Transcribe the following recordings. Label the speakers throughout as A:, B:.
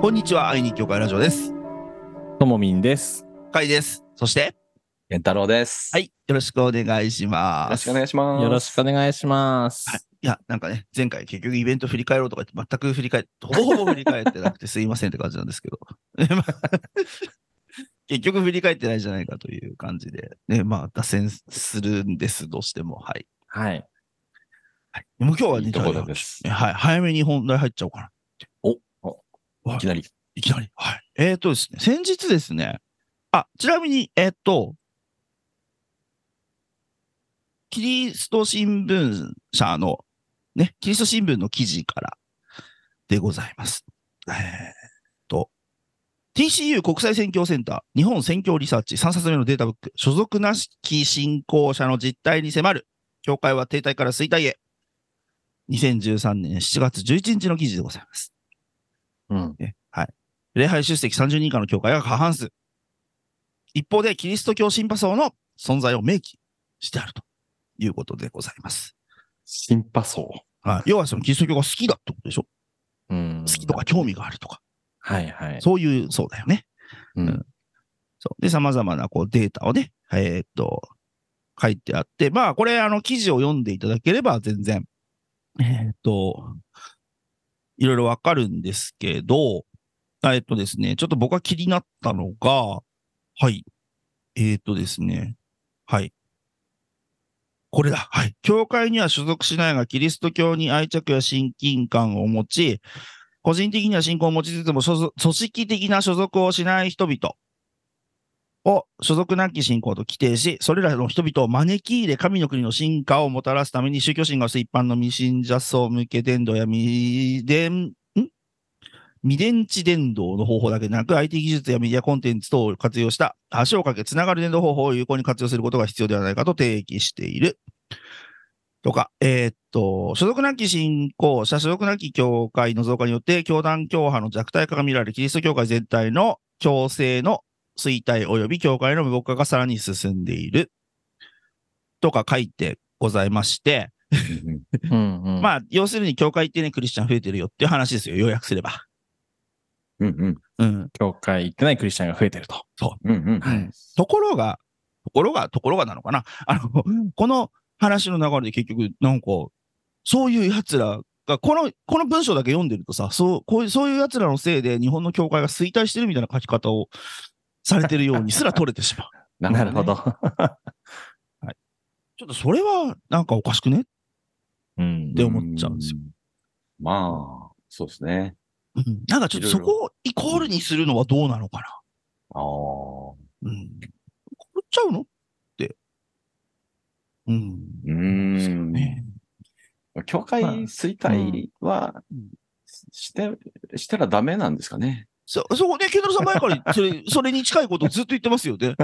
A: こんにちは、愛に協会ラジオです。
B: ともみんです。
A: かいです。そして、
C: 健太郎です。
A: はい、よろしくお願いし
C: よ
A: ま
C: ろし
A: す。
C: くお願いします。
B: よろしくお願いします。
A: いや、なんかね、前回結局イベント振り返ろうとか言って、全く振り返っほぼほぼ振り返ってなくて すいませんって感じなんですけど。 ねまあ結局振り返ってないじゃないかという感じで、ね、まあ、脱線するんです、どうしても。はい。
B: はい。
A: はい、もう今日はね、
C: いいところ
A: じゃ
C: です。
A: あはい、早めに本題入っちゃおうかな。
C: いきなり。
A: いきなり。はい。えっ、とですね、先日ですね、あ、ちなみに、えっ、と、キリスト新聞社の、ね、キリスト新聞の記事からでございます。えーっと、TCU 国際選挙センター日本選挙リサーチ3冊目のデータブック、所属なしき信仰者の実態に迫る、教会は停滞から衰退へ。2013年7月11日の記事でございます。
B: うん。
A: ねはい。礼拝出席30人以下の教会が過半数。一方で、キリスト教シンパ層の存在を明記してあるということでございます。
C: シンパ層。
A: はい、要は、そのキリスト教が好きだってことでしょ
B: うん。
A: 好きとか興味があるとか、
B: はいはい。
A: そういう、そうだよね。
B: うん。
A: そうで、様々なこうデータをね、えーっと、書いてあって、まあ、これ、あの、記事を読んでいただければ全然、えーっと、いろいろわかるんですけど、えーっとですね、ちょっと僕が気になったのが、はい。えーっとですね、はい。これだ。はい。教会には所属しないが、キリスト教に愛着や親近感を持ち、個人的には信仰を持ちつつも、所属組織的な所属をしない人々。を所属なき信仰と規定し、それらの人々を招き入れ、神の国の進化をもたらすために、宗教心が薄い一般の未信者層向け伝道や未伝、ん未伝地伝道の方法だけでなく、IT 技術やメディアコンテンツ等を活用した、橋をかけつながる伝道方法を有効に活用することが必要ではないかと提起している。とか、えーっと、所属なき信仰者、所属なき教会の増加によって、教団教派の弱体化が見られ、キリスト教会全体の共生の衰退及び教会の無国化がさらに進んでいるとか書いてございまして、
B: うんうん。あ、
A: まあ、要するに教会ってね、クリスチャン増えてるよっていう話ですよ、要約すれば。
C: うんうん。
A: うん。
B: 教会行ってないクリスチャンが増えてると。
C: うんうん。
B: はい。
A: ところが、ところが、ところがなのかな。あの、この話の流れで結局、なんか、そういう奴らが、この、この文章だけ読んでるとさ、そう、こういう、そういう奴らのせいで日本の教会が衰退してるみたいな書き方をされてるよう にすら取れてしまう。
B: なるほ
C: ね。
B: ど。
A: ちょっとそれは、なんかおかしくね
B: うん
A: で。って思っちゃうんですよ
C: まあ、そうですね。
A: うんなんかちょっとそこをイコールにするのはどうなのか
C: ああ。
A: な。うん。イコールちゃうのって。うん。
C: うーん。
A: ね
C: 教会衰退は
A: うん
C: して、したらダメなんですかね。
A: そ、そこね、ケンドロさん前からそれ、それに近いことをずっと言ってますよね。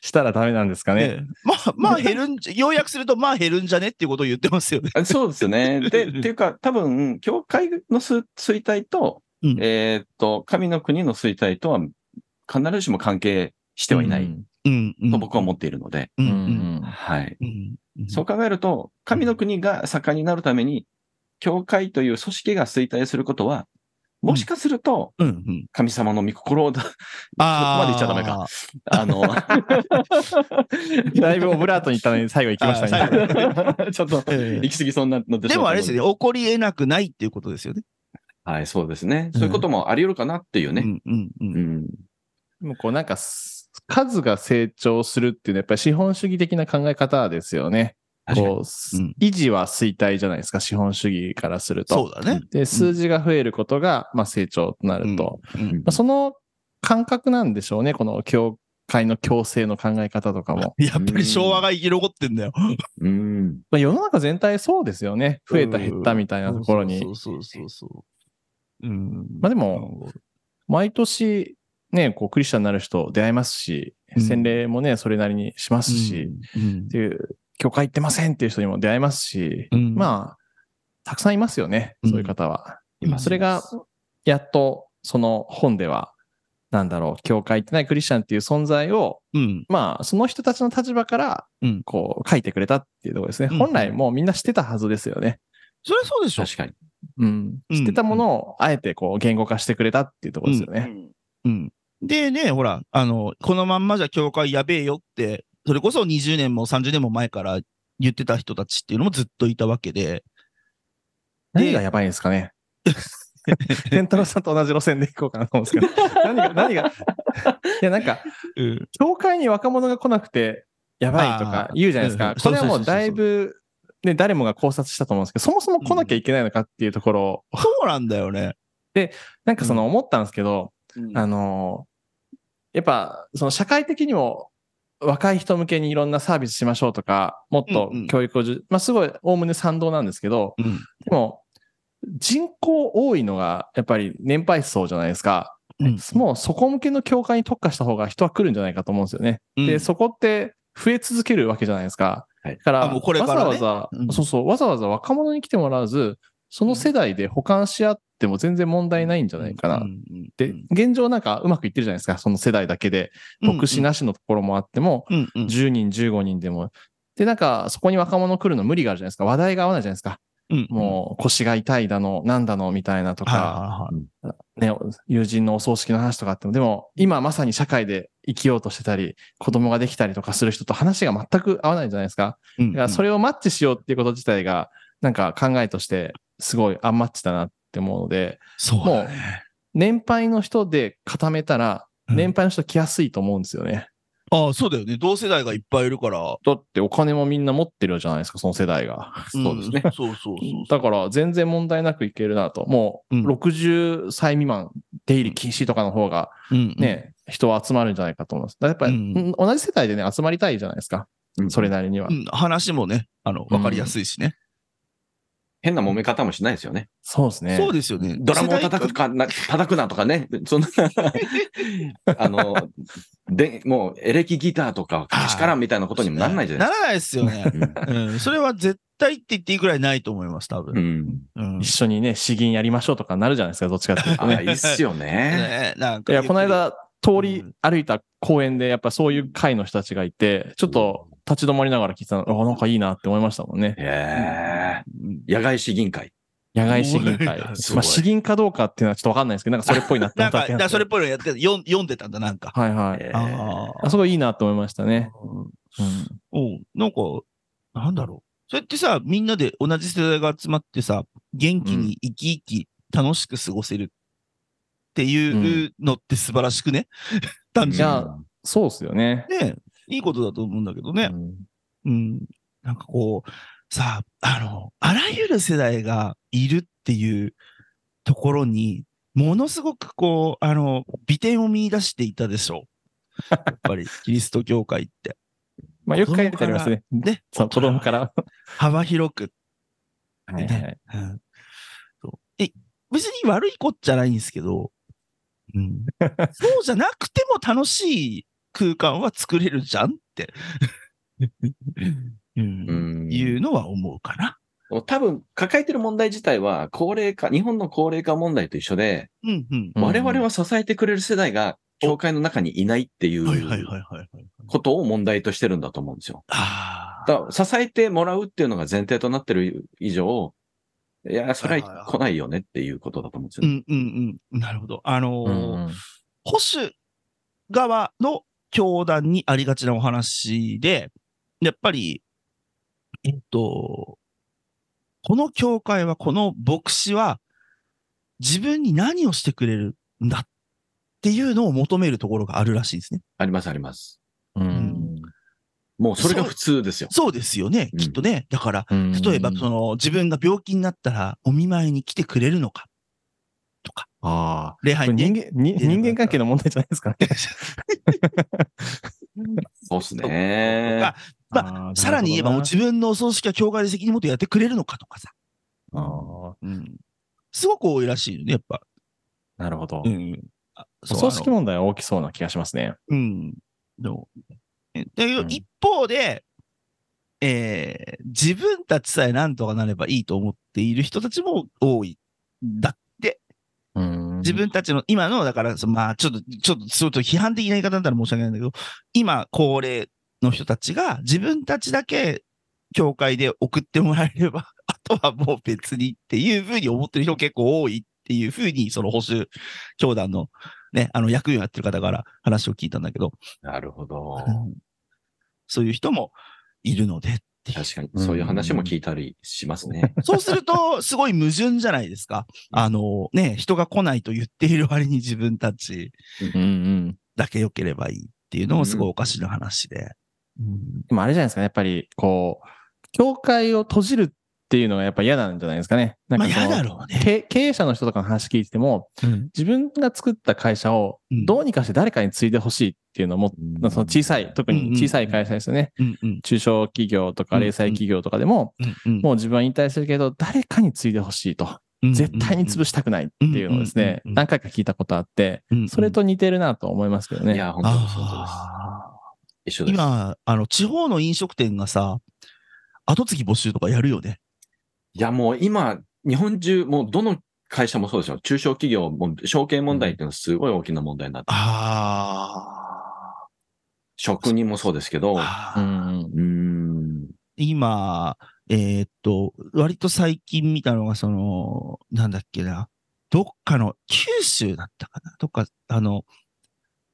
B: したらダメなんですかね。
A: ええまあ、まあ減るんじゃ、要約するとまあ減るんじゃねっていうことを言ってますよね。
C: あそうですよ ね。で、っていうか、多分、教会のす衰退と、
A: うん
C: えーっと、神の国の衰退とは、必ずしも関係してはいな い
A: うん。うん
C: と僕は思っているので、
A: う。
B: うんん。
A: う。
B: うんん。
C: はい。
A: うん。うん
C: そう考えると、神の国が盛んになるために、教会という組織が衰退することは、もしかすると、
A: うん。うん。
C: 神様の御心 をだ、
A: ああ。
C: そこまで言っちゃダメか。あ の、
B: だいぶオブラートに行ったのに最後行きまし
A: あ
B: た
A: ー最
B: ね。
C: ちょっと、
A: ええ
C: 行き過ぎそうになのでしょう
A: でもあれです
C: と
A: よね、起こり得なくないっていうことですよね。
C: 思うはい、そうですね。
A: うん
C: そういうこともあり得るかなっていう
A: う
C: ね。
A: ん。うん。う。
C: うんん。
B: でもこうなんかす、数が成長するっていうのはやっぱり資本主義的な考え方ですよね。
C: 確かに
B: こう、す
A: うん
B: 維持は衰退じゃないですか、資本主義からすると。
A: そうだね。
B: で、数字が増えることが、まあ、成長となると。
A: うん。
B: まあ、その感覚なんでしょうね、この教会の共生の考え方とかも。
A: やっぱり昭和が生き残ってんだよ。
C: うん。
B: まあ、世の中全体そうですよね。増えた減ったみたいなところに。
A: そうそうそうそう。うん。
B: まあでも、毎年、ね、こう、クリスチャンになる人出会います
A: う
B: し、
A: ん
B: 洗礼もね、それなりにしますし、
A: うん
B: っていう、教会行ってませんっていう人にも出会いますし、
A: うん
B: まあ、たくさんいますよね、そういう方は。
A: 今
B: それが、やっと、その本では、なんだろう、教会行ってないクリスチャンっていう存在を、
A: うん、
B: まあ、その人たちの立場から
A: うん、
B: こう、書いてくれたっていうところですね。
A: うん
B: 本来もうみんなしてたはずですよね。
A: それそうでしょ。
C: 確かに。
B: うん。
A: うん
B: 知ってたものを、あえてこう、言語化してくれたっていうところですよね。
A: うん。でね、ほら、あの、このまんまじゃ教会やべえよって、それこそ20年も30年も前から言ってた人たちっていうのもずっといたわけで、
B: 何がやばいんです かね。天太郎さんと同じ路線で行こうかなと思うんですけど、何が、何が、いや、なんか、
A: うん。
B: 教会に若者が来なくてやばいと
A: あ
B: か
A: ー
B: 言うじゃない
A: うん
B: です
A: う
B: か
A: ん。
B: これはも
A: そうそうそうそ
B: う
A: う
B: だいぶ、ね、誰もが考察したと思うんですけど、そもそも来なきゃいけないのかっていうところを、
A: そうなんだよね。
B: なんかその思ったんですけど、
C: うん
B: あのーやっぱ、その社会的にも、若い人向けにいろんなサービスしましょうとか、もっと
A: うんうん
B: 教育をじゅ、まあすごい、おおむね賛同なんですけど、
A: うん。
B: でも、人口多いのが、やっぱり年配層じゃないですか。
A: うん
B: もうそこ向けの教会に特化した方が人は来るんじゃないかと思うんですよね。
A: うん
B: で、そこって増え続けるわけじゃないですか。
C: はい
B: だから、
A: あもうこれからね
B: わざわざ、
A: うん
B: そうそう、わざわざ若者に来てもらわず、その世代で保管し合っても全然問題ないんじゃないかな。
A: うんうん
B: で、現状なんかうまくいってるじゃないですか。その世代だけで、牧師なしのところもあっても、
A: うんうん
B: 10人、15人でも。で、なんか、そこに若者来るの無理があるじゃないですか。話題が合わないじゃないですか。
A: うん
B: もう、腰が痛いだの、なんだの、みたいなと
A: うんはい
B: か、
A: はいはい
B: ね、友人のお葬式の話とかあっても、でも、今まさに社会で生きようとしてたり、子供ができたりとかする人と話が全く合わないじゃないですか。
A: うん
B: だから、それをマッチしようっていうこと自体が、なんか考えとして、すごいアンマッチだなって思うので、
A: そうだね
B: 年配の人で固めたら、
A: うん
B: 年配の人来やすいと思うんですよね。
A: ああ、そうだよね。同世代がいっぱいいるから。
B: だってお金もみんな持ってるじゃないですか、その世代が。
C: そうですね
A: んそうそうそう。
B: だから全然問題なくいけるなと。もう
A: うん
B: 60歳未満、出入り禁止とかの方が
A: うんうん
B: ね、人は集まるんじゃないかと思います。だからやっぱり、
A: うん
B: 同じ世代でね、集まりたいじゃないですか。
C: うん
B: それなりには。
A: うん話もね、あの、わかりやすいしね。
C: 変な揉め方もしないですよね。
B: そうですね。
A: そうですよね。
C: ドラムを
A: 世代間
C: 叩くかな、叩くなとかね。そ んな、あの、で、もうエレキギターとか、けしからんみたいなことにもならないじゃない
A: ならないですよね。
C: ですか。
A: うん。それは絶対って言っていいくらいないと思います、多
C: う
A: 分。
C: ん。
A: うん。
B: 一緒にね、詩吟やりましょうとかなるじゃないですか、どっちかっていうと
C: ああ、い
B: ね。
C: いっすよね。
A: ね なん
B: い
A: か
B: や、この間、通り
A: うん
B: 歩いた公園で、やっぱそういう会の人たちがいて、ちょっと立ち止まりながら聞いてたの、あなんかいいなって思いましたもんね。
C: へえ。
A: うん
C: 野外詩吟会。
B: 野外詩吟会
A: おい。す
C: ご
B: ま
C: い
B: あ、詩吟かどうかっていうのはちょっとわかんないですけど、なんかそれっぽいなって
A: なん
B: 思っ
A: か、
B: ただけ
A: だか
B: なんで
A: ら
B: す
A: そ
B: け
A: れっ
B: ど
A: ぽいのやってた読ん読んでたんだ、なんか。
B: はいはい。
C: えー
A: ああ
B: あそこいいなと思いましたね。うん
A: うん。なんか、なんだろう。そうやってさ、みんなで同じ世代が集まってさ、元気に生き生き楽しく過ごせるっていうのって素晴らしくね。単
B: い
A: 純
B: やそうですよね。
A: にね。いいことだと思うんだけどね
B: う。ん
A: うん。なんかこう、さ、あの、あらゆる世代がいるっていうところに、ものすごくこう、あの、美点を見出していたでしょう。やっぱり、キリスト教会って。
B: まあ、よく書いてありますね。
A: ね。
B: そう、子供から。
A: 幅広く
B: はいはい
A: うんそうえ、別に悪いこっちゃないんですけど、 うん、そうじゃなくても楽しい空間は作れるじゃん って、うん
C: うん
A: いうのは思うかな。
C: 多分、抱えてる問題自体は、高齢化、日本の高齢化問題と一緒で、
A: うんうん。
B: うん
C: 我々は支えてくれる世代が、教会の中にいないってい
A: はいはいはいうはいはい。
C: ことを問題としてるんだと思うんですよ。
A: ああ。
C: だから支えてもらうっていうのが前提となってる以上、いや、それは来ないよねっていうことだと思うんですよ
A: う
C: ね。
A: んうんうん。なるほど。あの
B: う
A: ー
B: ん
A: 保守側の教団にありがちなお話で、やっぱり、えっと、この教会は、この牧師は、自分に何をしてくれるんだっていうのを求めるところがあるらしいですね。
C: ありますあります。
B: うん
C: もうそれが普通ですよ。
A: そうですよね、
C: うん
A: きっとね。だから、
B: うん
A: 例えば、その、自分が病気になったら、お見舞いに来てくれるのか、
B: ああ。
A: 礼
B: こ
A: 拝
B: れ
A: に
B: 人間に人間関係の問題じゃないですかね。
C: そうです
A: と
C: ね
A: か。ま
B: あー
A: さらに言えば、もう
B: なる
A: 自分のお葬式は教会で責任持ってやってくれるのかとかさ。
B: ほどな
A: うんすごく多いらしいよね、やっぱ。
B: あーなるほど
A: う。ん。あ
B: お
A: そう
B: 葬式
A: あの
B: 問題は大きそうな気がしますね。
A: うん。でもえだけど
B: うん
A: 一方で、えー自分たちさえなんとかなればいいと思っている人たちも多い。だって、自
B: 自
A: 分たちの今の、だから、そのまあ、ちょっと、ちょっと、ちょっと批判的な言い方だったら申し訳ないんだけど、今、高齢の人たちが自分たちだけ教会で送ってもらえれば、あ とはもう別にっていうふうに思ってる人結構多いっていうふうに、その保守教団のね、あの役員をやってる方から話を聞いたんだけど、
C: なるほど。
A: そういう人もいるのでっていう。
C: 確かに、そういう話も聞いたりしますね。
A: そうすると、すごい矛盾じゃないですか。あのね、人が来ないと言っている割に自分たち
B: うんうん。
A: だけ良ければいいっていうのもすごいおかしな話で。うん
B: でもあれじゃないですかね、やっぱり、こう、教会を閉じるっていうのがやっぱ嫌なんじゃないですかね。なん
A: ま
B: か
A: あ
B: その
A: 嫌だろうね。
B: け経営者の人とかの話聞いてても、
A: うん
B: 自分が作った会社を
A: うん
B: どうにかして誰かに継いでほしいっていうのも、
C: うん
B: その小さい、特に小さい会社ですよね。
A: うんうん
B: 中小企業とか
A: うん
B: 零細企業とかでも、
A: うん
B: もう自分は引退するけど、誰かに継いでほしいと。
A: うん
B: 絶対に潰したくないっていうのをですね、
A: うんうんうんうん
B: 何回か聞いたことあって、
A: うんうん
B: それと似てるなと思いますけどね。
C: いや、本当にそうです。
A: あ
C: 一緒
A: ー
C: です。
A: 今、あの、地方の飲食店がさ、後継ぎ募集とかやるよね。
C: いや、もう今、日本中、もうどの会社もそうですよ。中小企業も、証券問題っていうのはすごい大きな問題になって、
A: あ
C: 職人もそうですけど、
A: ー
C: う
A: あ
B: う
A: ー。
B: ん
C: ーん、
A: 今、えーっと、割と最近見たのが、その、なんだっけな、どっかの、九州だったかな、どっか、あの、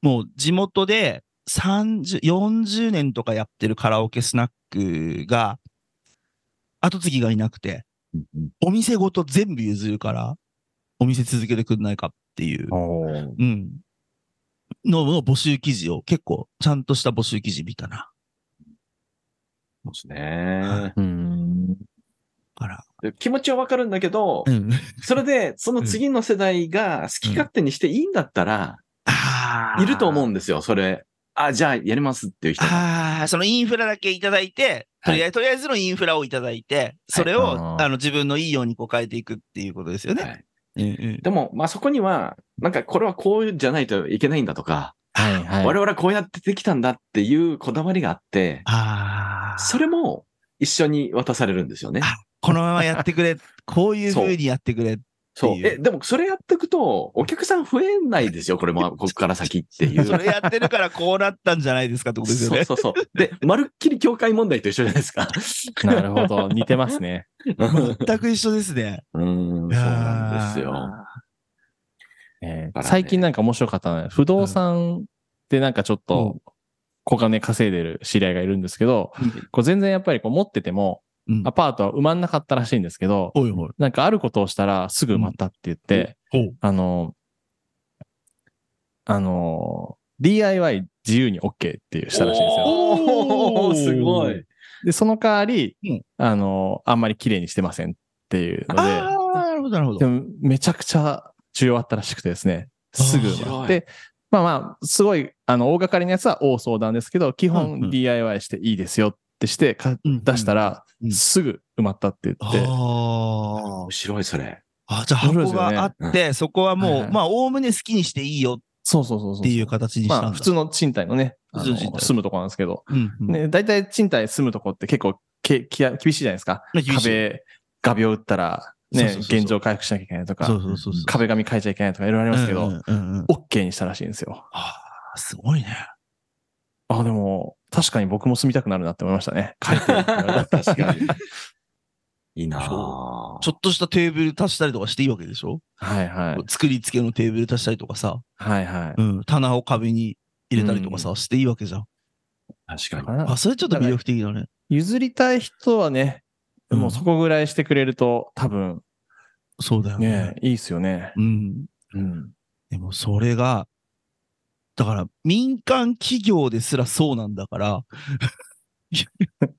A: もう地元で30、40年とかやってるカラオケスナックが、後継ぎがいなくて、
C: うんうん
A: お店ごと全部譲るから、お店続けてくんないかっていう、うん、のの募集記事を、結構、ちゃんとした募集記事見たな。
C: そうですね。
B: うん
A: から、
C: で気持ちはわかるんだけど
A: う、ん。
C: それで、その次の世代が好き勝手にしていいんだったら、
A: あー
C: いると思うんですよ、それ。あ、じゃあやりますっていう人が。
A: ああ、そのインフラだけいただいて、とりあえず、とりあえずのインフラをいただいて、それを、
B: あ
A: あ
B: ー
A: の自分のいいようにこう変えていくっていうことですよ
C: は
A: ね。
C: い
A: うんうん
C: でも、まあそこには、なんかこれはこうじゃないといけないんだとか、
B: はい はい。
C: 我々はこうやってできたんだっていうこだわりがあって、
A: あ
C: そ
A: あ、
C: れも一緒に渡されるんですよね。
A: あこのままやってくれ、こういうふうにやってくれ。
C: そう
A: っ。ていう
C: え、でもそれやっていくと、お客さん増えないですよ、これ も、ここから先っていう。
A: それやってるからこうなったんじゃないですかってことですよ
C: そう
A: ね。
C: そうそう。で、まるっきり教会問題と一緒じゃないです か。
B: なるほど。似てますね。
C: うん、
A: 全く一緒ですね。
C: そうなんですよ。
B: えー
C: だからね
B: 最近なんか面白かったのは、不動産でなんかちょっと、小金稼いでる知り合いがいるんですけど、こう全然やっぱりこう持ってても、
A: うん
B: アパートは埋まんなかったらしいんですけど、
A: ほいほい。
B: なんかあることをしたらすぐ埋まったって言って、
A: ほう。
B: あの、あの、DIY 自由に OK っていうしたらしいんですよ。
C: おーすごい。
B: で、その代わり、
A: うん
B: あの、あんまり綺麗にしてませんっていうので、
A: ああ、なるほど、なるほ
B: で
A: ど。
B: もめちゃくちゃ需要あったらしくてですね、すぐ
A: あー
B: 埋まって、まあまあ、すごい、あの、大掛かりなやつは大相談ですけど、基
A: うんう
B: 本
A: ん
B: DIY していいですよってして、か
A: うんうん
B: 出したら
A: う、ん
B: すぐ埋まったって言
A: あ
B: って、
A: ー
C: 面白い、それ。
A: あ、じゃあ箱があ
C: 面白い
A: っ
C: で
A: て、そこは
B: はい
A: も
B: は
A: う、
B: い
A: まあ、おおむね好きにしていいよ
B: そうそうそうそう。
A: っていう形にしたんだ。
B: まあ、普通の賃貸のね、あ
A: 普通の賃
B: の
A: 貸
B: 住むとこなんですけど、
A: うんうん
B: ね、大体賃貸住むとこって結構けきや厳しいじゃないですか。
A: まあ厳しい
B: 壁、画鋲打ったら、
A: そう
B: ね
A: そう、そうそう
B: 現状回復しなきゃいけないとか、
A: そうそうそうそう。
B: 壁紙変えちゃいけないとかいろいろありますけど、
A: うんうんうんうん
B: OK にしたらしいんですよ。
A: あーすごいね。
B: あ、でも、確かに僕も住みたくなるなって思いましたね。書いてって言われたら。
C: 確かに。いいな
A: そ
C: ぁ
A: ちょっとしたテーブル足したりとかしていいわけでしょ、
B: はいはい。
A: 作り付けのテーブル足したりとかさ、
B: はいはい。
A: うん、棚を壁に入れたりとかさ、していいわけじゃん。
C: 確かに。
A: あ、それちょっと魅力的だね。
B: 譲りたい人はね、
A: うん
B: もうそこぐらいしてくれると、多分、
A: そうだよね。
B: ね、いいっすよね。
A: うん。
B: うん。
A: でもそれが、だから民間企業ですらそうなんだから、 っ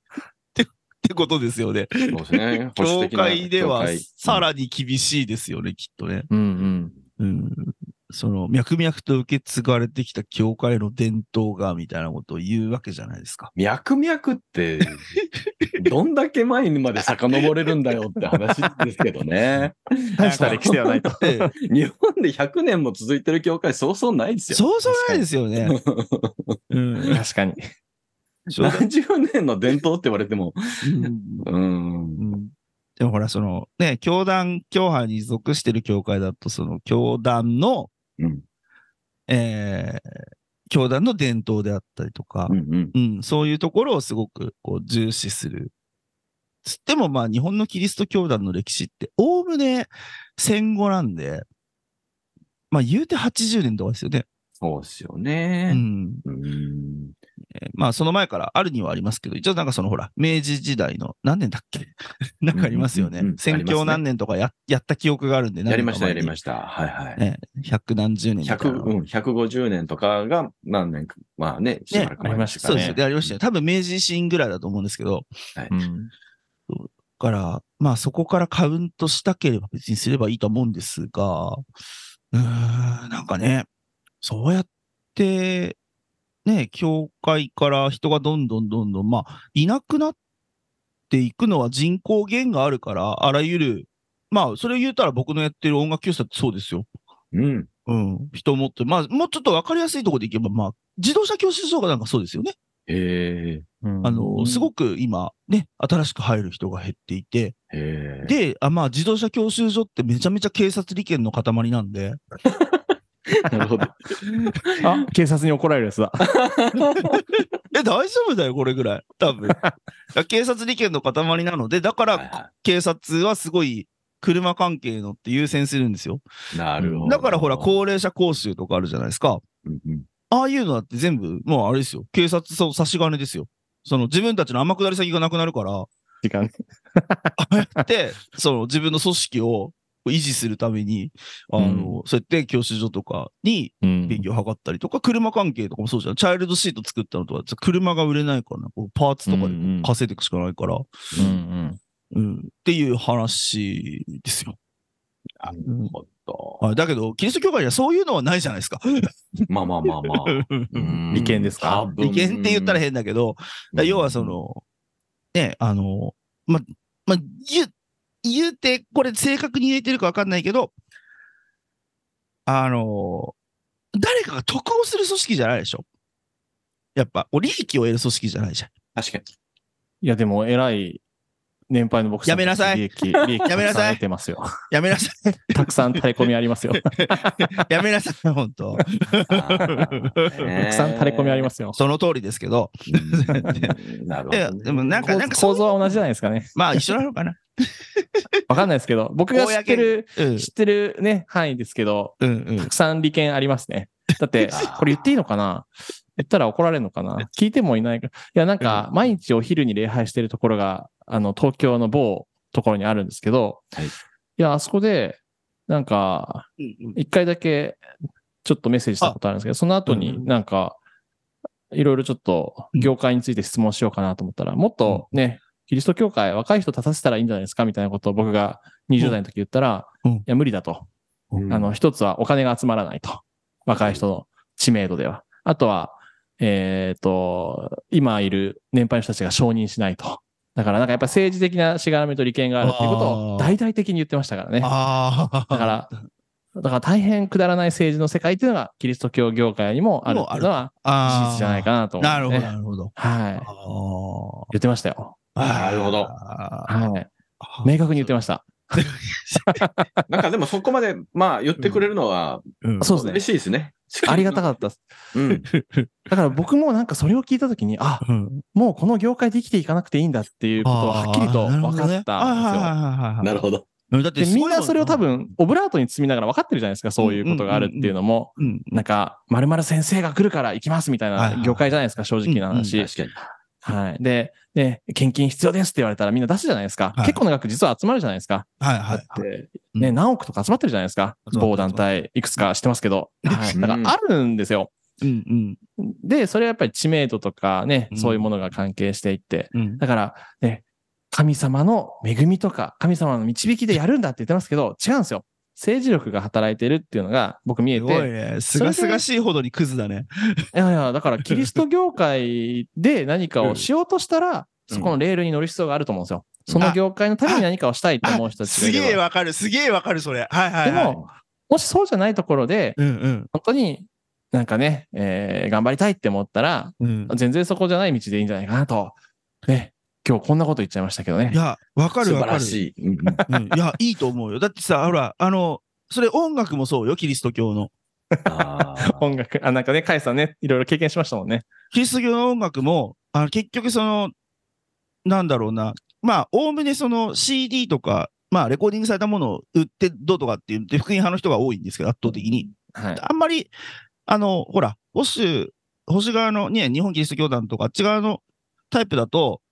A: てってことですよね。
C: そうです ね。保守
A: 教
C: 的な
A: 会では
C: 教会
A: さらに厳しいですよね、きっとね。
B: うんう
A: う
B: ん。
A: ん、その脈々と受け継がれてきた教会の伝統がみたいなことを言うわけじゃない ですか。
C: 脈々 って、どんだけ前にまで遡れるんだよって話ですけどね。
B: 大した歴史ではないと。
C: 日本で100年も続いてる教会、そうそうないですよ。
A: そうそうないですよね。うん、
B: 確かに。
A: そうだ
C: 何十年の伝統って言われても。
A: うん
C: うん。
A: うんでもほら、そのね、教団、教派に属してる教会だと、その教団の、
C: うん。
A: えー教団の伝統であったりとか
C: う、ん。
A: うん、そういうところをすごくこう重視するつってもまあ日本のキリスト教団の歴史って、おおむね戦後なんで、まあ言うて80年とかですよね。
C: そうですよ
A: う
C: ね。
A: ん。
C: うん。
A: えーまあその前からあるにはありますけど、一応なんかそのほら、明治時代の何年だっけ なんかありますよね。
C: うんうんうんあ
A: 宣
C: ります
A: 教
C: ね
A: 何年とかややった記憶があるんで、
C: やりました、やりま
A: し
C: した。はいはい。
A: ね、百何十年とか
C: 100、うん、150年とかが何年か、まあね、しばらく前
B: ありましたか
A: そう
B: ね
A: ですよ。で、ありましたよ。多分明治維新ぐらいだと思うんですけど、
B: うん。
A: だから、まあそこからカウントしたければ別にすればいいと思うんですが、うーん、なんかね、そうやって、ね、教会から人がどんどんどんどん、まあ、いなくなっていくのは人口減があるから、あらゆる、まあ、それを言うたら僕のやってる音楽教室だってそうですよ。
C: うん。
A: うん。人もって、まあ、もうちょっとわかりやすいところでいけば、まあ、自動車教習所がなんかそうですよね。
C: へ
B: うん
A: あの、す
B: く。
A: ごく今、ね、新しく入る人が減っていて、
C: え。へえ。
A: で、あまあ、自動車教習所ってめちゃめちゃ警察利権の塊なん で、
C: なるほど。
B: あ、警察に怒られるやつだ。
A: え、大丈夫だよ、これぐらい。多 分。だから警察利権の塊なので、だか
C: はい
A: ら
C: は
A: 警察はすごい車関係のって優先するんですよ。
C: いなるほど。
A: だからほら、高齢者講習とかあるじゃないですか。
C: うんうん。
A: ああいうのだって全部、もうあれですよ。警察と差し金ですよ。その自分たちの天下り先がなくなるから、
B: 時間。
A: で、その自分の組織を維持するために、あの、そうやって教習所とかに
B: うん
A: 便宜を図ったりとか、車関係とかもそうじゃん。チャイルドシート作ったのとか、車が売れないからな、こうパーツとかで
B: うんうん
A: 稼いでいくしかないから、
B: うんうん
A: うんっていう話ですよ。
C: なるほど。
A: はいだけど、キリスト教会にはそういうのはないじゃないですか。
C: まあまあまあま あ。うん
B: 利権ですか
C: 多分
A: 利権って言ったら変だけど、だから要は その、ね、あの、ま、ま、言う、言うて、これ正確に言えてるかわかんないけど、あの、誰かが得をする組織じゃないでしょ。やっぱ、お利益を得る組織じゃないじゃん。
C: 確かに。。
B: いや、でも、偉い年配の僕
A: やめなさい
B: 利益、利益
A: やめな
B: たくさ
A: さ
B: ん
A: い
B: 得てますよ。
A: やめなさい。
B: たくさん垂れ込みありますよ。
A: やめなさい、本 当。
B: たくさん垂れ込みありますすよ。
A: その通りですけど。
C: うんなるほ
A: いや、
C: どね。
A: でもなんか、
B: 構
A: なんかそ
B: 構
A: う、
B: 造は同じじゃないですかね。
A: まあ一緒なのかな。
B: わかんないですけど、僕が知ってる、
A: うん、
B: 知ってるね、範囲ですけど、
A: うん、う
B: た
A: ん。
B: くさん利権ありますね。だって
C: あー、
B: これ言っていいのかな言ったら怒られるのかな聞いてもいないから。いや、なんか、毎日お昼に礼拝してるところが、あの、東京の某ところにあるんですけど、
C: はい
B: いや、あそこで、なんか、一回だけちょっとメッセージしたことあるんですけど、その後
A: うん
B: になんか、いろいろちょっと業界について質問しようかなと思ったら、もっとね、キリスト教会若い人立たせたらいいんじゃないですかみたいなことを僕が20代の時言ったら、
A: うん
B: いや、無理だと。
C: うん
B: あの、一つはお金が集まらないと。若い人の知名度では。あとは、えっ、と、今いる年配の人たちが承認しないと。だからなんかやっぱ政治的なしがらみと利権があるっていうことを大々的に言ってましたからね。
A: ああ。
B: だから、だから大変くだらない政治の世界というのがキリスト教業界にもあるっていうのは事
A: あ
B: 実じゃないかなと思
A: なる
B: う
A: ほど、
B: んでね、
A: なるほど。
B: はい。
A: あ
B: 言ってましたよ。
A: あ。
C: なるほど
A: あ
B: はい。
A: あ
B: 明確に言ってました。
C: なんかでもそこまで、まあ言ってくれるのは
A: うん
B: そうで
C: 嬉
B: す
C: しいですね。
B: ね。ありがたかったです。
C: うん。
B: だから僕もなんかそれを聞いたときに、あ、
A: うん
B: もうこの業界で生きていかなくていいんだっていうことははっきりと分かったんですよ。
A: ああなるほどねはいはいはいはいはい
C: なるほど。
A: うんだって
B: でみんなそれを多
A: 分、
B: 分、オブラートに包みながら分かってるじゃないですか、そういうことがあるっていうのも。
A: うん、
B: なんか、まる先生が来るから行きますみたい
A: はいはい
B: な業界じゃないですか、正直な話。
C: 確かに。
B: はい。で、で、献金必要ですって言われたらみんな出すじゃないですか。
A: はい
B: 結構な額実は集まるじゃないですか。
A: はいはい。
C: で
A: う
B: ね、
A: ん
B: 何億とか集まってるじゃないですか。
A: 集まってる
B: 某団体いくつかしてますけど。はい。だか
C: うん
B: らあるんですよ。
A: うんうん
B: で、それはやっぱり知名度とかね
A: う、ん
B: そういうものが関係していって。
A: うん。
B: だから、ね、神様の恵みとか、神様の導きでやるんだって言ってますけど、違うんですよ。政治力が働いてるっていうのが僕見え
A: すごい
B: て、
A: ね。すがすがしいほどにクズだね。
B: いやいや、だからキリスト業界で何かをしようとしたら、
C: うん
B: そこのレールに乗る必要があると思うんですよ。その業界のために何かをしたいと思う人たちが
A: す
B: いれば
A: げえわかる、すげえわかる、それ。はいはい、
B: で
A: はい。
B: も、もしそうじゃないところで、
A: うん
B: 本当になんかね、えー頑張りたいって思ったら、
A: うん。うん
B: 全然そこじゃない道でいいんじゃないかなと。ね、今日こんなこと言っちゃいましたけどね
A: い。や、わか
C: 素
A: るわか
C: 晴
A: らる。
C: しい。うん
A: うん、いや、 いいと思うよ。だってさ、ほら、あの、それ音楽もそうよ、キリスト教の。
C: あー
B: 音楽、あ、なんかね、カイさんね、いろいろ経験しましたもんね。
A: キリスト教の音楽も、あの結局その、なんだろうな、まあ、おおむねその CD とか、まあ、レコーディングされたものを売ってどうとかって言って、福音派の人が多いんですけど、圧倒的に。
B: はい。
A: あんまり、あの、ほら、保守、保守側の、ね、日本キリスト教団とか、あっち側のタイプだと、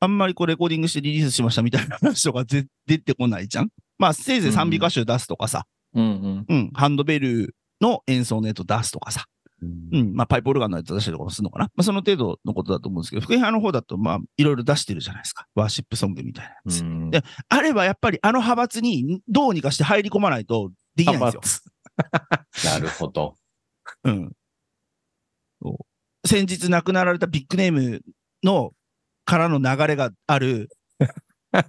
A: あんまりこうレコーディングしてリリースしましたみたいな話とかぜ出てこないじゃん。まあ、せいぜい賛美歌集出すとかさ、
B: うん
A: うん、ハンドベルの演奏のやつを出すとかさ、 うん、まあ、パイプオルガンのやつ出したりとかもするのかな。まあ、その程度のことだと思うんですけど、福音派の方だと、まあ、いろいろ出してるじゃないですか。ワーシップソングみたいなや
B: う
A: つ。
B: ん。
A: であれば、やっぱりあの派閥にどうにかして入り込まないとできないんですよ。
D: なるほど。
A: うん。そう先日亡くなられたビッグネームのからの流れがあ る、あ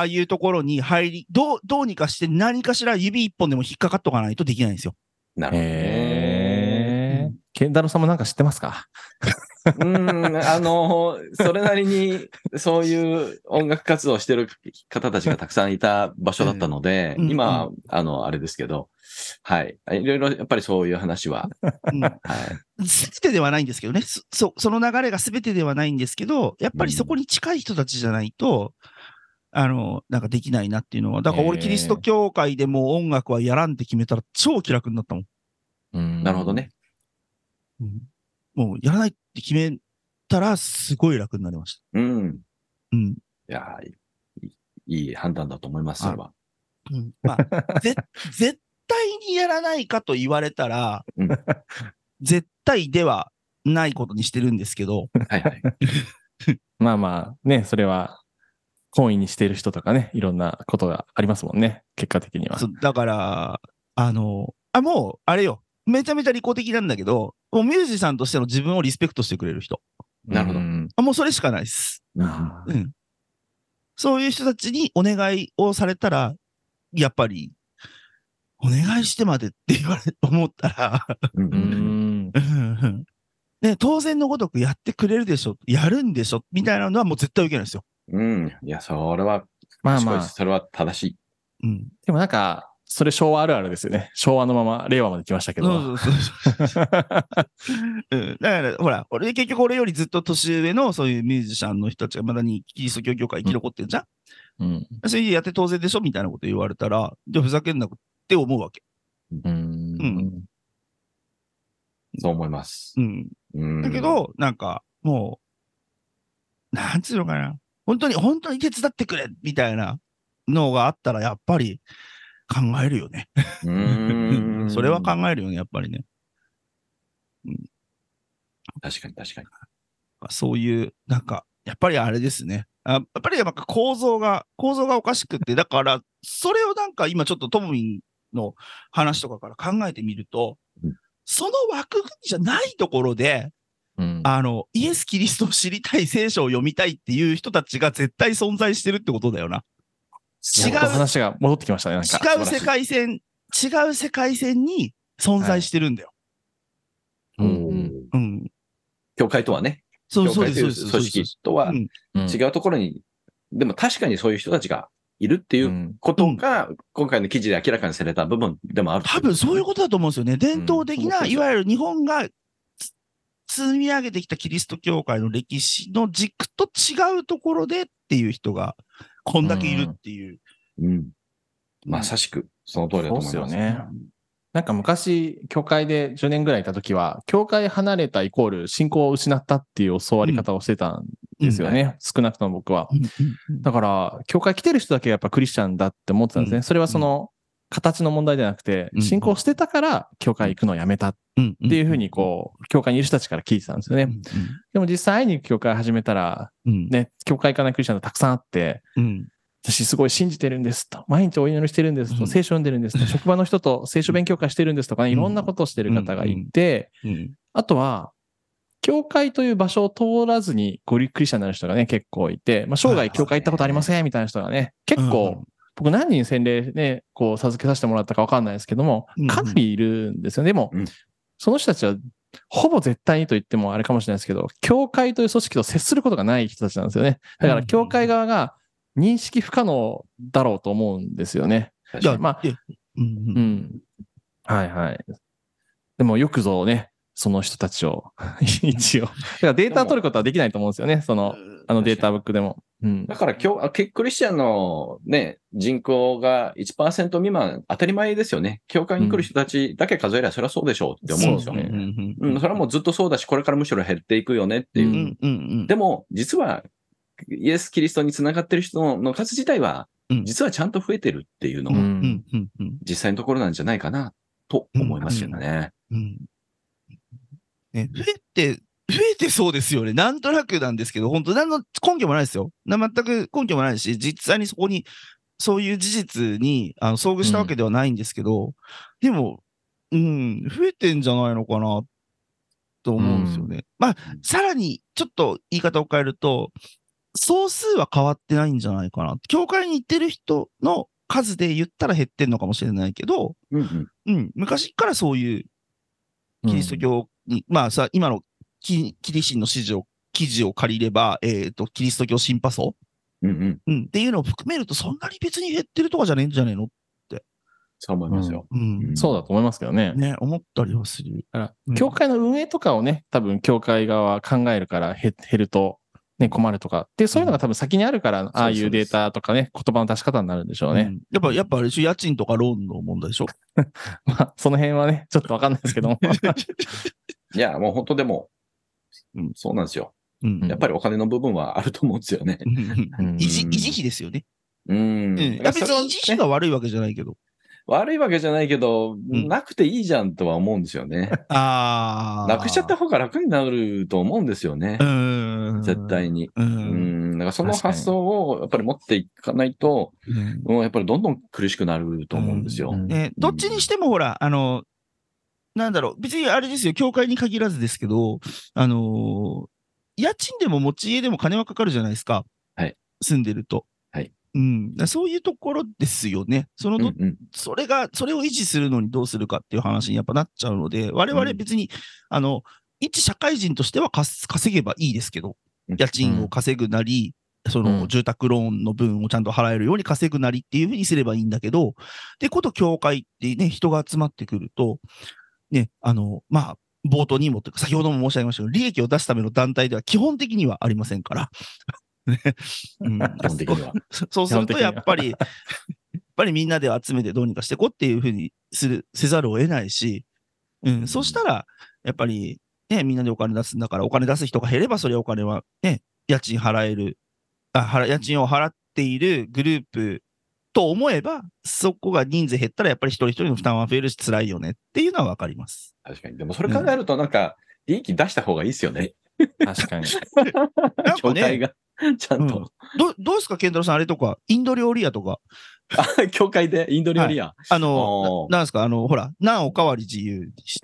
A: あいうところに入り、どう、どうにかして何かしら指一本でも引っかかっとかないとできないんですよ。
D: なるほどね。
B: えー。健太郎さんもなんか知ってますか
C: うん、あの、それなりに、そういう音楽活動してる方たちがたくさんいた場所だったので、
A: うん
C: 今、あの、あれですけど、はい。いろいろ、やっぱりそういう話は、
A: うん、
C: はい。
A: 全てではないんですけどね。そ、そその流れが全てではないんですけど、やっぱりそこに近い人たちじゃないと、あの、なんかできないなっていうのは。だから俺、
B: えー
A: キリスト教会でもう音楽はやらんって決めたら超気楽になったもん。
B: な
C: なるほど。ね。
A: もうやらないって決めたらすごい楽になりました。
C: うん。
A: うん。
C: いやーいい、いい判断だと思います、それは。
A: うんまあ、ぜ絶対にやらないかと言われたら、
C: うん
A: 絶対ではないことにしてるんですけど、
C: はいはい。
B: まあまあ、ね、それは、懇意にしている人とかね、いろんなことがありますもんね、結果的には。
A: そうだから、あの、あ、もう、あれよ、めちゃめちゃ利己的なんだけど、もうミュージシャンとしての自分をリスペクトしてくれる人。
C: なるほど
B: うん
A: あもうそれしかないです。
B: あー
A: うん。そういう人たちにお願いをされたら、やっぱり、お願いしてまでって言われ、思ったら、
C: う
B: うんん。
A: うんうんね、当然のごとくやってくれるでしょ、やるんでしょ、みたいなのはもう絶対受けないですよ。
C: うん。いや、それは、
B: まあ
C: 賢い
B: ま
C: です
B: あ、
C: それは正しい。
A: うん。
B: でもなんか、それ昭和あるあるですよね。昭和のまま令和まで来ましたけ
A: そ
B: ど。
A: うそうそう そう、うん。だから、ほら、俺、結局俺よりずっと年上のそういうミュージシャンの人たちがまだにキリスト教業界生き残ってるじゃん。
B: うん
A: それでやって当然でしょみたいなこと言われたら、じゃあふざけんなくって思うわけ。
B: う。
A: うんん。
C: そう思います
A: う。ん。
C: うん
A: だけ、ど、なんか、もう、なんつうのかな。本当に、本当に手伝ってくれみたいなのがあったら、やっぱり考えるよね。う
C: う
A: ん んそれは考えるよね、やっぱりね。
C: 確かに確かに。
A: そういう、なんか、やっぱりあれですね。あやっぱりなんか構造が、構造がおかしくて、だから、それをなんか今ちょっとトモミンの話とかから考えてみると
C: うん、
A: その枠組みじゃないところで、
B: うん
A: あの、イエス・キリストを知りたい、聖書を読みたいっていう人たちが絶対存在してるってことだよな。違う
B: やっと話が戻ってきましたね、なんか。
A: 違う世界線、違う世界線に存在してるんだよ。
B: うんうん
A: うん。
C: 教会とはね、
A: そう
C: 教
A: そうで
C: 会
A: す、そ
C: というう
A: です。
C: 組織とは
A: うん
B: うん
C: 違うところに、でも確かにそういう人たちがいるっていううんことが、今回の記事で明らかにされた部分でもある。
A: 多分そういうことだと思うんですよね。伝統的な、
C: うん
A: いわゆる日本がつ積み上げてきたキリスト教会の歴史の軸と違うところでっていう人が、こんだけいるっていう。
C: うん。まさしく、その通りだと
B: そう
C: 思い
B: で
C: ます。
B: すよね。なんか昔、教会で10年ぐらいいた時は、教会離れたイコール信仰を失ったっていう教わり方をしてたんですよね。少なくとも僕は
A: う。んうんうん
B: だから、教会来てる人だけやっぱクリスチャンだって思ってたんですね。
A: うん
B: それはその、形の問題じゃなくて
A: う、ん
B: 信仰してたから、教会行くのをやめたっ
A: うんうん
B: ていうふうに、こう、教会にいる人たちから聞いてたんですよ
A: う
B: ね。
A: ん
B: でも実際に教会始めたら、
A: うん。
B: ね、教会行かないクリスチャンがたくさんあって、
A: うん。
B: 私すごい信じてるんですと。毎日お祈りしてるんです
A: う
B: と。
A: ん
B: 聖書読んでるんですと。職場の人と聖書勉強会してるんですとかね。
A: うん
B: いろんなことをしてる方がいて、
A: うん
B: あとは、教会という場所を通らずにゴリクリスチャンになる人がね、結構いて、まあ、生涯教会行ったことありませんみたいな人がね、結構、僕何人洗礼ね、こう授けさせてもらったかわかんないですけども
A: うん、
B: かなりいるんですよね。でも
C: うん、
B: その人たちは、ほぼ絶対にと言ってもあれかもしれないですけど、教会という組織と接することがない人たちなんですよね。だか
A: う
B: ら、
A: ん
B: 教会側が認識不可能だろうと思うんですよね。
A: いや、
B: まあ
A: でうんうん
B: うん。はいはい。でも、よくぞね、その人 たちを、一応。だから、データ取ることはできないと思うんですよね。その、あのデータブックでも。うん
C: だ。から今日、あけクリスチャンのね、人口が1%未満、当たり前ですよね。教会に来る人たちだけ数えりゃ、そりゃそうでしょうって思うんですよ。
B: そうですね
A: ん
C: うん、それはもうずっとそうだし、これからむしろ減っていくよねっていう。
A: う
B: うん
A: んうん
C: でも、実は、イエス・キリストにつながってる人の数自体は
A: うん、
C: 実はちゃんと増えてるっていうの
B: う
C: も、
A: うんんうんうん
C: 実際のところなんじゃないかな、と思いますよね。
A: うんね、増えて、増えてそうですよね。なんとなくなんですけど、本当何の根拠もないですよ。な全く根拠もないし、実際にそこに、そういう事実にあの遭遇したわけではないんですけど、でも、うん、増えてんじゃないのかな、と思うんですよね。まあ、さらに、ちょっと言い方を変えると、総数は変わってないんじゃないかな。教会に行ってる人の数で言ったら減ってんのかもしれないけど、
C: うんうん
A: うん、昔からそういうキリスト教に、まあさ、今のキキリシンの指示を、記事を借りれば、えっ、と、キリスト教新パソ、
C: うんうん。
A: うん、っていうのを含めると、そんなに別に減ってるとかじゃねえんじゃねえの
C: そう思いますよ。
A: うん。
B: そうだと思いますけどね。
A: ね、思ったりはする。
B: だから
A: うん
B: 教会の運営とかをね、多分教会側は考えるから減減ると、ね、困るとか。で、そういうのが多分先にあるから、ああい
C: そう
B: う
C: で
B: デ
C: す
B: ータとかね、言葉の出し方になるんでしょうね。
A: んやっぱ、やっぱあれでしょ、家賃とかローンの問題でしょ。
B: まあ、その辺はね、ちょっとわかんないですけども。
C: いや、もう本当でも
A: うん、
C: そうなんですよ。
A: うん
C: やっぱりお金の部分はあると思うんですよね。
A: うん維持、維持費ですよね。
C: うん。
A: うん。いや
C: だ
A: 別
C: からそれは
A: に維持費が悪いわけじゃないけど。
C: 悪いわけじゃないけど、
A: ん
C: なくていいじゃんとは思うんですよね。
A: ああ。
C: なくしちゃった方が楽になると思うんですよね
A: う。ん。
C: 絶。対に。
A: う。
C: うんん。だからその
B: 確かに
C: 発想をやっぱり持っていかないと、
A: うん
C: うん、やっぱりどんどん苦しくなると思うんですよ。
B: うん
A: ね、どっちにしてもほら、あの、なんだろう、別にあれですよ、教会に限らずですけど、あのー家賃でも持ち家でも金はかかるじゃないですか。
C: はい
A: 住んでると。
C: はい
A: うん、だからそういうところですよね。その
C: うん
A: ど、
C: うん
A: それが、それを維持するのにどうするかっていう話にやっぱなっちゃうので、我々別に、あの、一社会人としては稼稼げばいいですけど
C: うん、
A: 家賃を稼ぐなり、その
B: うん
A: 住宅ローンの分をちゃんと払えるように稼ぐなりっていうふうにすればいいんだけど、で、こと教会ってね、人が集まってくると、ね、あの、まあ、冒頭にもというか、先ほども申し上げましたけど、利益を出すための団体では基本的にはありませんから。 ねうん
C: 基本的には。
A: そそうすると
B: 基本的に
A: や
B: は
A: っぱり、やっぱりみんなで集めてどうにかしてこうっていうふうにするせざるを得ないし、うん、そしたら、やっぱり、ね、みんなでお金出すんだから、お金出す人が減れば、それはお金は、ね、家賃払える、あ、払家賃を払っているグループと思えば、そこが人数減ったら、やっぱり一人一人の負担は増えるし、辛いよねっていうのはわかります。
C: 確かに。でもそれ考えるとなんか、利益出した方がいいですよね。
B: 確かに。
A: なんか
C: 教会
A: ね、
C: が。ちゃんと。
A: どどうですか、健太郎さん、あれとか、インド料理屋とか、
C: あ、教会で、インド料理屋。
A: あの、
C: あー
A: ななんですか、あの、ほら、ナンおかわり自由し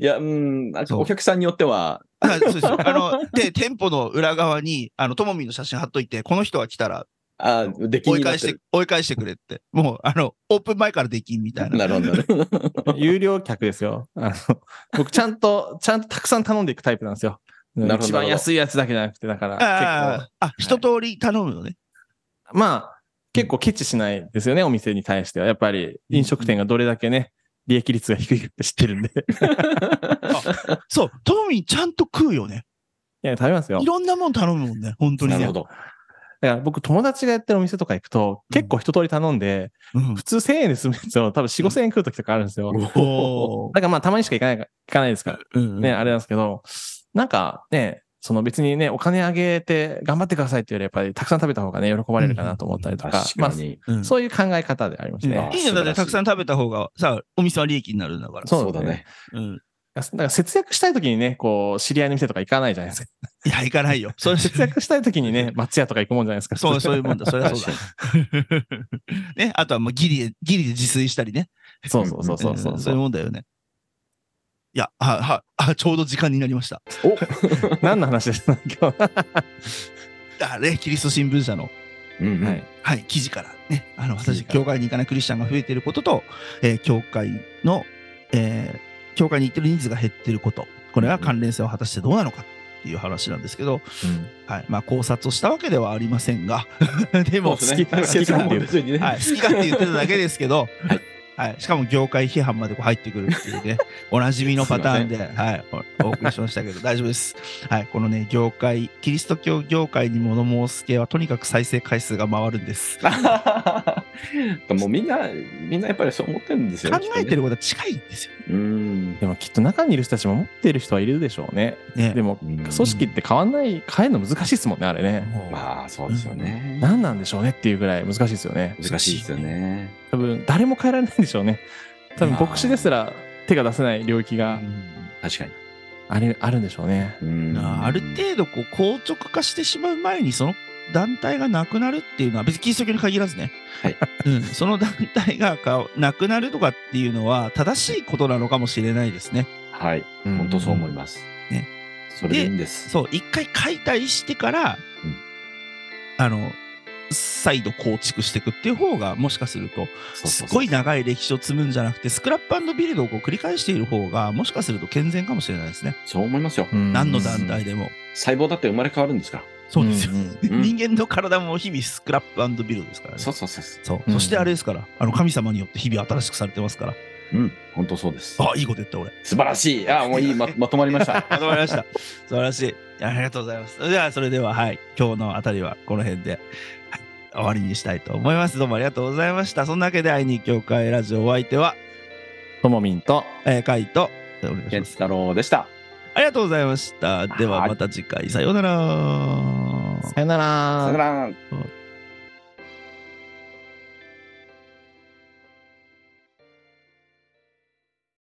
C: いや、うん、あ
A: そう
C: お客さんによっては、
A: あそうですよ。あの、で、店舗の裏側に、あの、ともみんの写真貼っといて、この人が来たら、
C: あ、出禁
A: 追い
C: にな
A: 返
C: っ
A: してて
C: る。、
A: 追い返してくれって。もう、あの、オープン前からできんみたいな。
C: なるほど、なるほど。
B: 有料客ですよ。あの、僕ちゃんと、ちゃんとたくさん頼んでいくタイプなんですよ。
C: なるほど
B: 一番安いやつだけじゃなくて、だから、
A: あ
B: 結
A: あ、あ、一通り頼むのね。
B: 構、まあ、結構ケチしないですよね、お店に対しては。やっぱり飲食店がどれだけね、利益率が低いかって知ってるんで。い
A: そう、ともみんちゃんと食うよね。
B: や、食べますよ
A: い。ろんなもん頼むもんね、本当に
C: なる
A: ね
C: ほ。ど。
B: だから僕、友達がやってるお店とか行くと、結構一通り頼んで、
A: うん
B: 普通1000円で済むやつを多分4、5000円食う時とかあるんですよ。
A: おー
B: だからまあ、たまにしか行かないか、行かないですから。
A: うん
B: ね、あれなんですけど、なんかね、その別にね、お金あげて頑張ってくださいっていうより、やっぱりたくさん食べた方がね、喜ばれるかなと思ったりとか、
C: 確
B: ま
C: か
B: あ、
C: に。
A: うん
B: そういう考え方であります
A: うん
B: ね。
A: いいじゃん、だってたくさん食べた方が、さ、お店は利益になるんだから。
B: そう
C: そうだね。
A: うん。
B: だから節約したい時にね、こう、知り合いの店とか行かないじゃないですか。
A: いや、行かないよ。それ、
B: 節約したい時にね、松屋とか行くもんじゃないですか。
A: そう、そういうもんだ。それはそう
C: 確
A: だ。 ね、あとはもうギリで、ギリで自炊したりね。
B: そうそうそうそうそ
A: ん
B: う
A: そういうもんだよね。いや、は、は、あ、ちょうど時間になりました。
C: お
B: 何の話でしたっけ今日。
A: あね、キリスト新聞社の、
C: うんうん
B: はい
A: はい、記事からね、あの、
B: 記
A: 私、
B: 事から
A: 教会に行かないクリスチャンが増えていることと、えー教会の、えー教会に行ってる人数が減ってること、これが関連性を果たしてどうなのかっていう話なんですけど、はい、まあ、考察をしたわけではありませんが、でも、
C: そうですね
B: 好き好き
C: 結論も別にね。
A: はい、好きかって言ってただけですけど、
C: はい
A: はい。しかも業界批判までこう入ってくるってい うね、おなじみのパターンで、はいお、お送りしましたけど、大丈夫です。はい。このね、業界、キリスト教業界に物申す系は、とにかく再生回数が回るんです。考
C: もうみんな、みんなやっぱりそう思ってるんですよね。
A: えて
C: る。
A: ることは近いんですよ
C: うん。
B: でもきっと中にいる人たちも持ってる人はいるでしょうね。
A: ね。
B: でも、
C: うん
B: 組織って変わんない、変えるの難しいですもんね、あれね。
A: もう
C: まあ、そうですよね。
B: 何なんでしょうねっていうぐらい難しいですよね。
C: 難しいですよね。
B: 多分、誰も変えられないんでしょうね。多分、牧師ですら手が出せない領域が
C: 確かに。
B: あれあるんでしょうね。
C: うん
A: ある程度こう硬直化してしまう前にその団体がなくなるっていうのは別にキリスト教に限らずね、
C: はい
A: うん、その団体がかなくなるとかっていうのは正しいことなのかもしれないですね。
C: はい。本当そう思います。
A: ね。
C: それでいいんです。
A: そう一回解体してから、
C: うん
A: あの再度構築していくっていう方がもしかすると
C: そう
A: す
C: そうそう
A: っごい長い歴史を積むんじゃなくてスクラップビルドをこう繰り返している方がもしかすると健全かもしれないですね。
C: そう思いますよ。
B: うん
A: 何の団体でも。
C: 細胞だって生まれ変わるんですから。
A: そうですよ。
B: んん
C: う ん
A: 人間の体も日々スクラップビルドですからね。
C: そうそうそうそ
A: そう。
B: うん
A: そしてあれですから、あの、神様によって日々新しくされてますから。
C: う。うん。本当そうです。
A: あ、いいこと言った、俺。
C: 素晴らしい。あ、もういい。ま、まとまりま した。
A: まとまりました。素晴らしい。ありがとうございます。じゃあ、それでは、はい。今日のあたりはこの辺で、はい終わりにしたいと思います。どうもありがとうございました。そんなわけで、愛に教会ラジオお相手は、
B: ともみんと、
A: えー、カイト、お願いし
C: 健
A: ます。
C: 太郎でした。
A: ありがとうございました。では、また次回、さようなら。
B: さよなら
C: さよなら。
A: わ